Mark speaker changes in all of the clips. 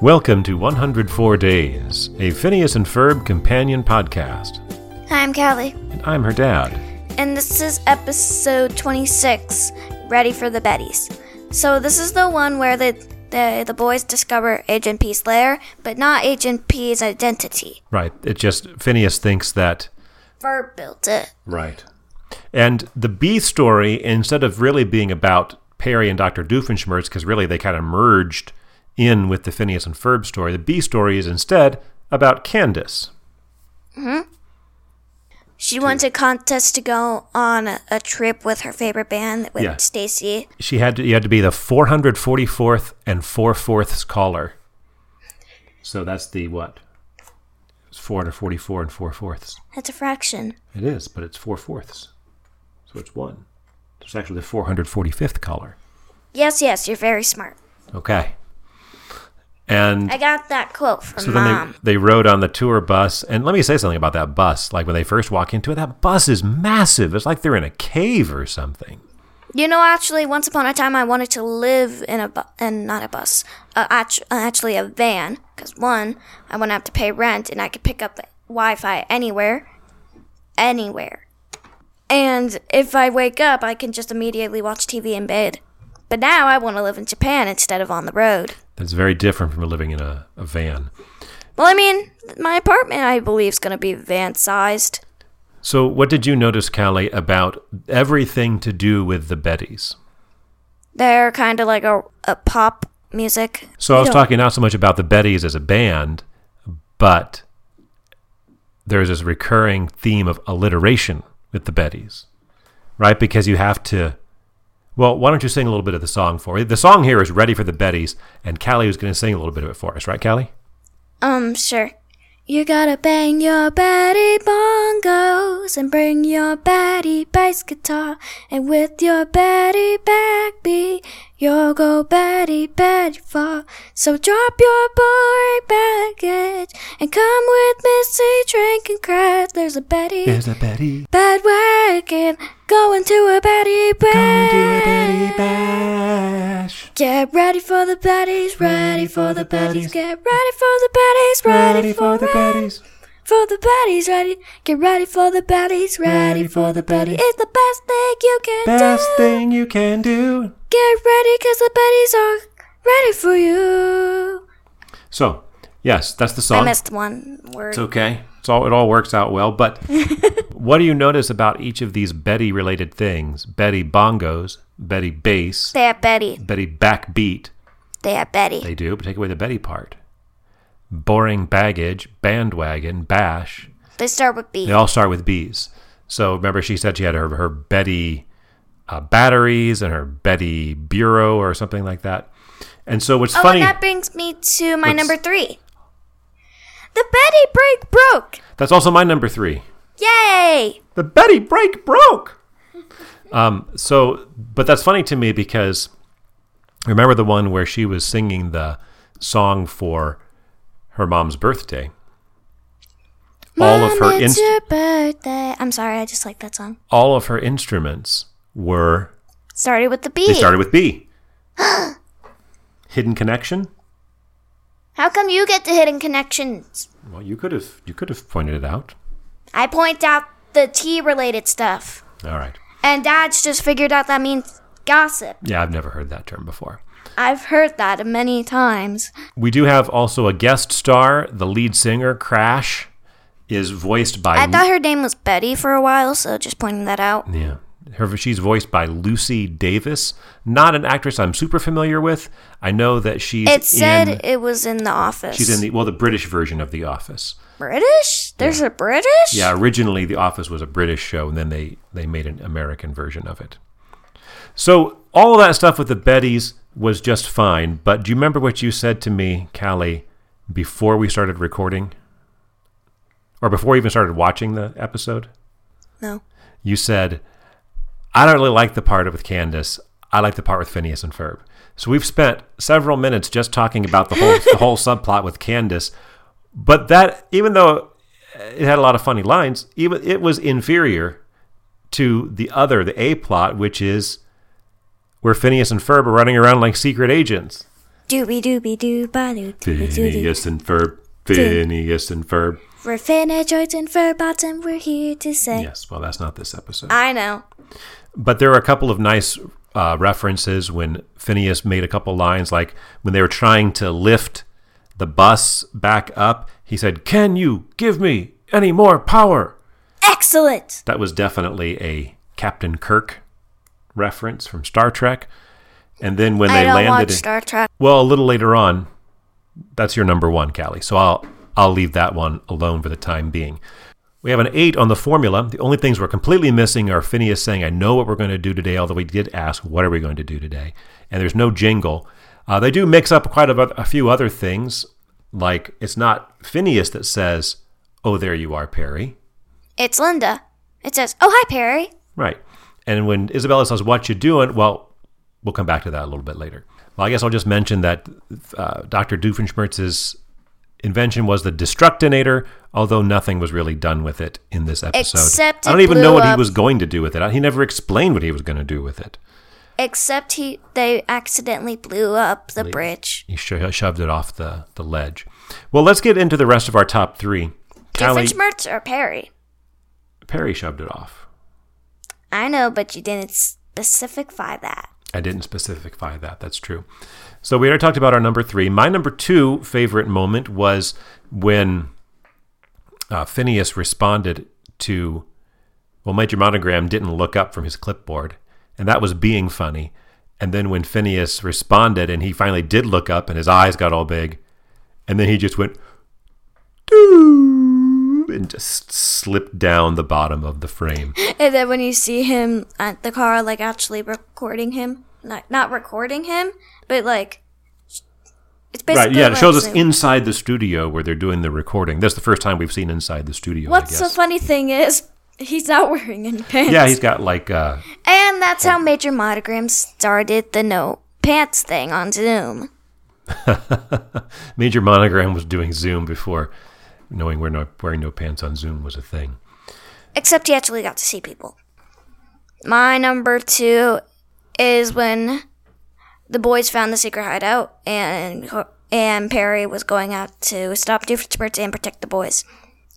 Speaker 1: Welcome to 104 Days, a Phineas and Ferb companion podcast.
Speaker 2: Hi, I'm Callie,
Speaker 1: And I'm her dad.
Speaker 2: and this is episode 26, Ready for the Bettys. So this is the one where the, the, the boys discover Agent P's lair, but not Agent P's identity.
Speaker 1: Right. It just, Phineas thinks that.
Speaker 2: Verb built it.
Speaker 1: Right. And the B story, instead of really being about Perry and Dr. Doofenshmirtz, because really they kind of merged in with the Phineas and Ferb story, the B story is instead about Candace.
Speaker 2: She won a contest to go on a, a trip with her favorite band with
Speaker 1: Yeah.
Speaker 2: Stacy.
Speaker 1: She had to, you had to be the 444th and 4 fourths caller. So that's the what? It's 444 and 4 fourths.
Speaker 2: That's a fraction.
Speaker 1: It is, but it's 4 fourths. So it's one. It's actually the 445th caller.
Speaker 2: Yes, yes, you're very smart.
Speaker 1: Okay. And
Speaker 2: I got that quote from
Speaker 1: so then
Speaker 2: mom.
Speaker 1: they, they rode on the tour bus. And let me say something about that bus. Like when they first walk into it, that bus is massive. It's like they're in a cave or something.
Speaker 2: You know, actually, once upon a time, I wanted to live in a bu- and not a bus, uh, actu- uh, actually a van, because one, I wouldn't have to pay rent, and I could pick up Wi-Fi anywhere, anywhere. And if I wake up, I can just immediately watch TV in bed. But now I want to live in Japan instead of on the road.
Speaker 1: That's very different from living in a, a van.
Speaker 2: Well, I mean, my apartment, I believe, is going to be van-sized.
Speaker 1: So, what did you notice, Callie, about everything to do with the Bettys?
Speaker 2: They're kind of like a, a pop music.
Speaker 1: So, I was
Speaker 2: Yeah.
Speaker 1: talking not so much about the Bettys as a band, but there's this recurring theme of alliteration with the Bettys, right? Because you have to. Well, why don't you sing a little bit of the song for The song here is Ready for the Bettys, and Callie was going to sing a little bit of it for us, right, Callie?
Speaker 2: Um, sure. You gotta bang your Betty bongos and bring your Betty bass guitar and with your Betty backbeat, you'll go Betty Betty far. So drop your boring baggage and come with Missy, drink and cry. There's a Betty
Speaker 1: a Betty.
Speaker 2: bandwagon going to a Betty bash.
Speaker 1: Bash.
Speaker 2: Get ready for the Bettys, ready for the
Speaker 1: Bettys.
Speaker 2: Bettys, get ready for the Bettys, ready for the Bettys for the baddies ready. Get ready for the baddies ready, for the baddies. It's the best thing you can do.
Speaker 1: thing you can do.
Speaker 2: Get ready cause the baddies are ready for you.
Speaker 1: So, yes, that's the
Speaker 2: I
Speaker 1: song.
Speaker 2: missed one word.
Speaker 1: It's okay. It's all, it all works out well. But what do you notice about each of these Betty related things? Betty bongos, Betty bass,
Speaker 2: they have Betty.
Speaker 1: Betty backbeat.
Speaker 2: They have Betty.
Speaker 1: They do, but take away the Betty part. Boring baggage, bandwagon, bash.
Speaker 2: They start with B. Oh,
Speaker 1: They all start with B's. So remember, she said she had her, her Betty uh, batteries and her Betty bureau or something like that. And so what's
Speaker 2: oh,
Speaker 1: funny.
Speaker 2: and that brings me to my
Speaker 1: What's-
Speaker 2: number three. The Betty break broke.
Speaker 1: that's also my number three.
Speaker 2: Yay!
Speaker 1: The Betty break broke. Um, so, but that's funny to me because remember the one where she was singing the song for her mom's birthday. all of her
Speaker 2: Mom, it's
Speaker 1: inst-
Speaker 2: your birthday. I'm sorry, I just like that song.
Speaker 1: all of her instruments were
Speaker 2: Started with the B.
Speaker 1: they started with B. Hidden connection.
Speaker 2: How come you get the hidden connections?
Speaker 1: Well, you could have you could have pointed it out.
Speaker 2: I point out the tea related stuff.
Speaker 1: All right.
Speaker 2: And Dad's just figured out that means gossip.
Speaker 1: Yeah, I've never heard that term before.
Speaker 2: I've heard that many times.
Speaker 1: We do have also a guest star. The lead singer, Crash, is voiced by
Speaker 2: I thought her name was Betty for a while, so just pointing that out.
Speaker 1: Yeah. Her, she's voiced by Lucy Davis, not an actress I'm super familiar with. I know that she's
Speaker 2: It said
Speaker 1: in,
Speaker 2: it was in the office.
Speaker 1: she's in the well the British version of The Office.
Speaker 2: British? There's a British?
Speaker 1: Yeah, originally The Office was a British show, and then they they made an American version of it. So all that stuff with the Bettys was just fine. But do you remember what you said to me, Callie, before we started recording, or before we even started watching the episode?
Speaker 2: No.
Speaker 1: you said, I don't really like the part with Candace. I like the part with Phineas and Ferb. So we've spent several minutes just talking about the whole the whole subplot with Candace. But that even though it had a lot of funny lines, even it was inferior to the other, the A plot, which is where Phineas and Ferb are running around like secret agents.
Speaker 2: Dooby dooby doo ba doo dooby doo.
Speaker 1: Phineas and Ferb. Phineas and Ferb.
Speaker 2: We're Finnegioids and Furbots, and we're here to say.
Speaker 1: Yes, well, that's not this episode.
Speaker 2: I know.
Speaker 1: But there are a couple of nice uh, references when Phineas made a couple lines, like when they were trying to lift the bus back up, he said, Can you give me any more power?
Speaker 2: Excellent.
Speaker 1: That was definitely a Captain Kirk reference from Star Trek. And then when
Speaker 2: I
Speaker 1: they
Speaker 2: don't
Speaker 1: landed,
Speaker 2: watch
Speaker 1: in-
Speaker 2: Star Trek.
Speaker 1: well, a little later on, that's your number one, Callie. So I'll I'll leave that one alone for the time being. We have an eight on the formula. The only things we're completely missing are Phineas saying, "I know what we're going to do today," although we did ask, "What are we going to do today?" And there's no jingle. Uh, they do mix up quite a, bu- a few other things, like it's not Phineas that says, "Oh, there you are, Perry."
Speaker 2: It's Linda. It says, "Oh hi, Perry."
Speaker 1: Right. And when Isabella says, "What you doing?" Well, we'll come back to that a little bit later. Well, I guess I'll just mention that uh, Dr. Doofenshmirtz's invention was the destructinator, although nothing was really done with it in this episode.
Speaker 2: Except
Speaker 1: I
Speaker 2: it
Speaker 1: don't even know
Speaker 2: blew
Speaker 1: what he
Speaker 2: up.
Speaker 1: was going to do with it. He never explained what he was going to do with it.
Speaker 2: Except he, they accidentally blew up the bridge.
Speaker 1: He sho- shoved it off the, the ledge. Well, let's get into the rest of our top three. Callie,
Speaker 2: Doofenshmirtz or Perry?
Speaker 1: Perry shoved it off.
Speaker 2: I know, but you didn't specify that.
Speaker 1: I didn't specify that. That's true. So we already talked about our number three. My number two favorite moment was when uh, Phineas responded to, well, Major Monogram didn't look up from his clipboard, and that was being funny. And then when Phineas responded, and he finally did look up, and his eyes got all big, and then he just went, "Doo," and just slipped down the bottom of the frame.
Speaker 2: And then when you see him at the car, like actually recording him, not not recording him, but like it's
Speaker 1: Right,
Speaker 2: basically
Speaker 1: yeah, it shows us
Speaker 2: like-
Speaker 1: inside the studio where they're doing the recording. That's the first time we've seen inside the studio.
Speaker 2: What's
Speaker 1: I
Speaker 2: the
Speaker 1: guess.
Speaker 2: funny thing is he's not wearing any pants.
Speaker 1: yeah, he's got like uh,
Speaker 2: and that's how Major Monogram started the no pants thing on Zoom.
Speaker 1: Major Monogram was doing Zoom before knowing where no, wearing no pants on Zoom was a thing.
Speaker 2: Except he actually got to see people. My number two is when the boys found the secret hideout and and Perry was going out to stop Doofenshmirtz and protect the boys.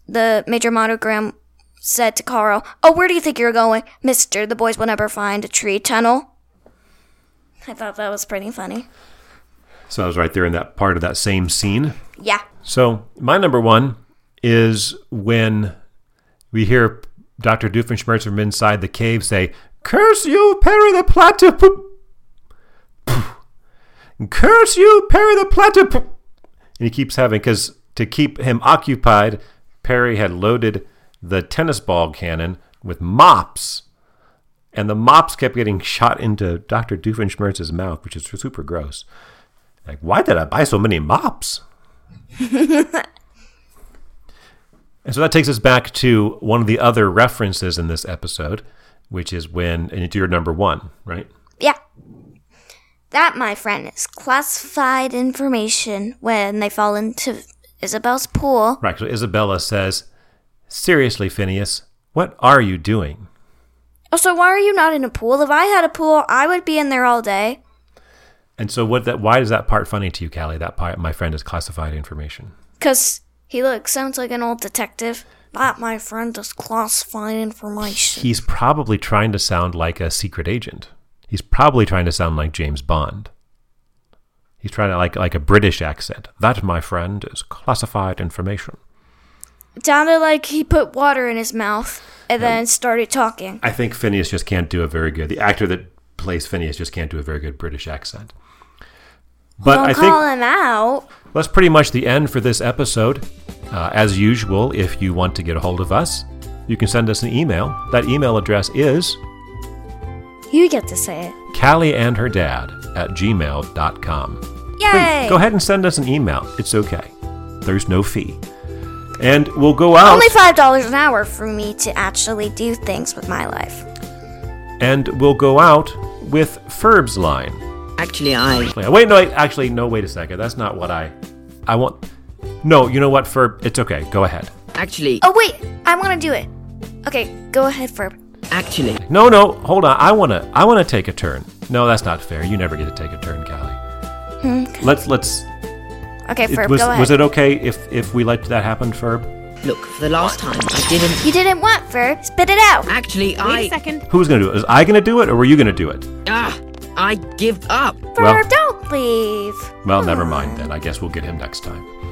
Speaker 2: The major monogram said to Carl, "Oh, where do you think you're going, Mister? The boys will never find a tree tunnel." I thought that was pretty funny.
Speaker 1: So I was right there in that part of that same scene.
Speaker 2: Yeah,
Speaker 1: So my number one is when we hear Dr. Doofenshmirtz from inside the cave say, Curse you, Perry the Platypus! Curse you, Perry the Platypus! And he keeps having, because to keep him occupied, Perry had loaded the tennis ball cannon with mops. And the mops kept getting shot into Dr. Doofenshmirtz's mouth, which is super gross. Like, why did I buy so many mops? And so that takes us back to one of the other references in this episode, which is when, and it's your number one, right?
Speaker 2: yeah. That, my friend, is classified information when they fall into Isabel's pool.
Speaker 1: Right. So Isabella says, Seriously, Phineas, what are you doing?
Speaker 2: Oh, so why are you not in a pool? If I had a pool, I would be in there all day.
Speaker 1: And so what that, why is that part funny to you, Callie? That part, my friend, is classified information.
Speaker 2: Because he looks, sounds like an old detective. That, my friend, is classified information.
Speaker 1: He's probably trying to sound like a secret agent. He's probably trying to sound like James Bond. He's trying to like like a British accent. That, my friend, is classified information.
Speaker 2: It sounded like he put water in his mouth and then started talking.
Speaker 1: I think Phineas just can't do a very good. The actor that plays Phineas just can't do a very good British accent. But
Speaker 2: Don't
Speaker 1: I
Speaker 2: call
Speaker 1: think
Speaker 2: him out.
Speaker 1: that's pretty much the end for this episode. Uh, as usual, if you want to get a hold of us, you can send us an email. That email address is
Speaker 2: You get to say it.
Speaker 1: Callie and her dad at gmail.com.
Speaker 2: Yay!
Speaker 1: Please go ahead and send us an email. It's okay. There's no fee. And we'll go out.
Speaker 2: Only $5 an hour for me to actually do things with my life.
Speaker 1: and we'll go out with Ferb's line.
Speaker 3: Actually, I.
Speaker 1: Wait, Wait, no, wait, actually, no, wait a second. That's not what I. I want. No, you know what, Ferb? It's okay. Go ahead.
Speaker 3: Actually,
Speaker 2: Oh, wait, I want to do it. Okay, go ahead, Ferb.
Speaker 3: actually.
Speaker 1: No, no, hold on. I wanna, I wanna take a turn. No, that's not fair. You never get to take a turn, Callie. Let's let's.
Speaker 2: Okay,
Speaker 1: It,
Speaker 2: Hmm. Ferb,
Speaker 1: was
Speaker 2: go ahead.
Speaker 1: was it okay if if we let that happen, Ferb?
Speaker 3: Look, for the last time, I didn't.
Speaker 2: you didn't want Ferb. Spit it out.
Speaker 3: Actually,
Speaker 4: Wait a
Speaker 3: I.
Speaker 4: second.
Speaker 1: Who's gonna do it? Is I gonna do it, or were you gonna do it?
Speaker 3: Ah, I give up.
Speaker 1: Well-
Speaker 2: Ferb, don't leave.
Speaker 1: Well, never mind then. I guess we'll get him next time.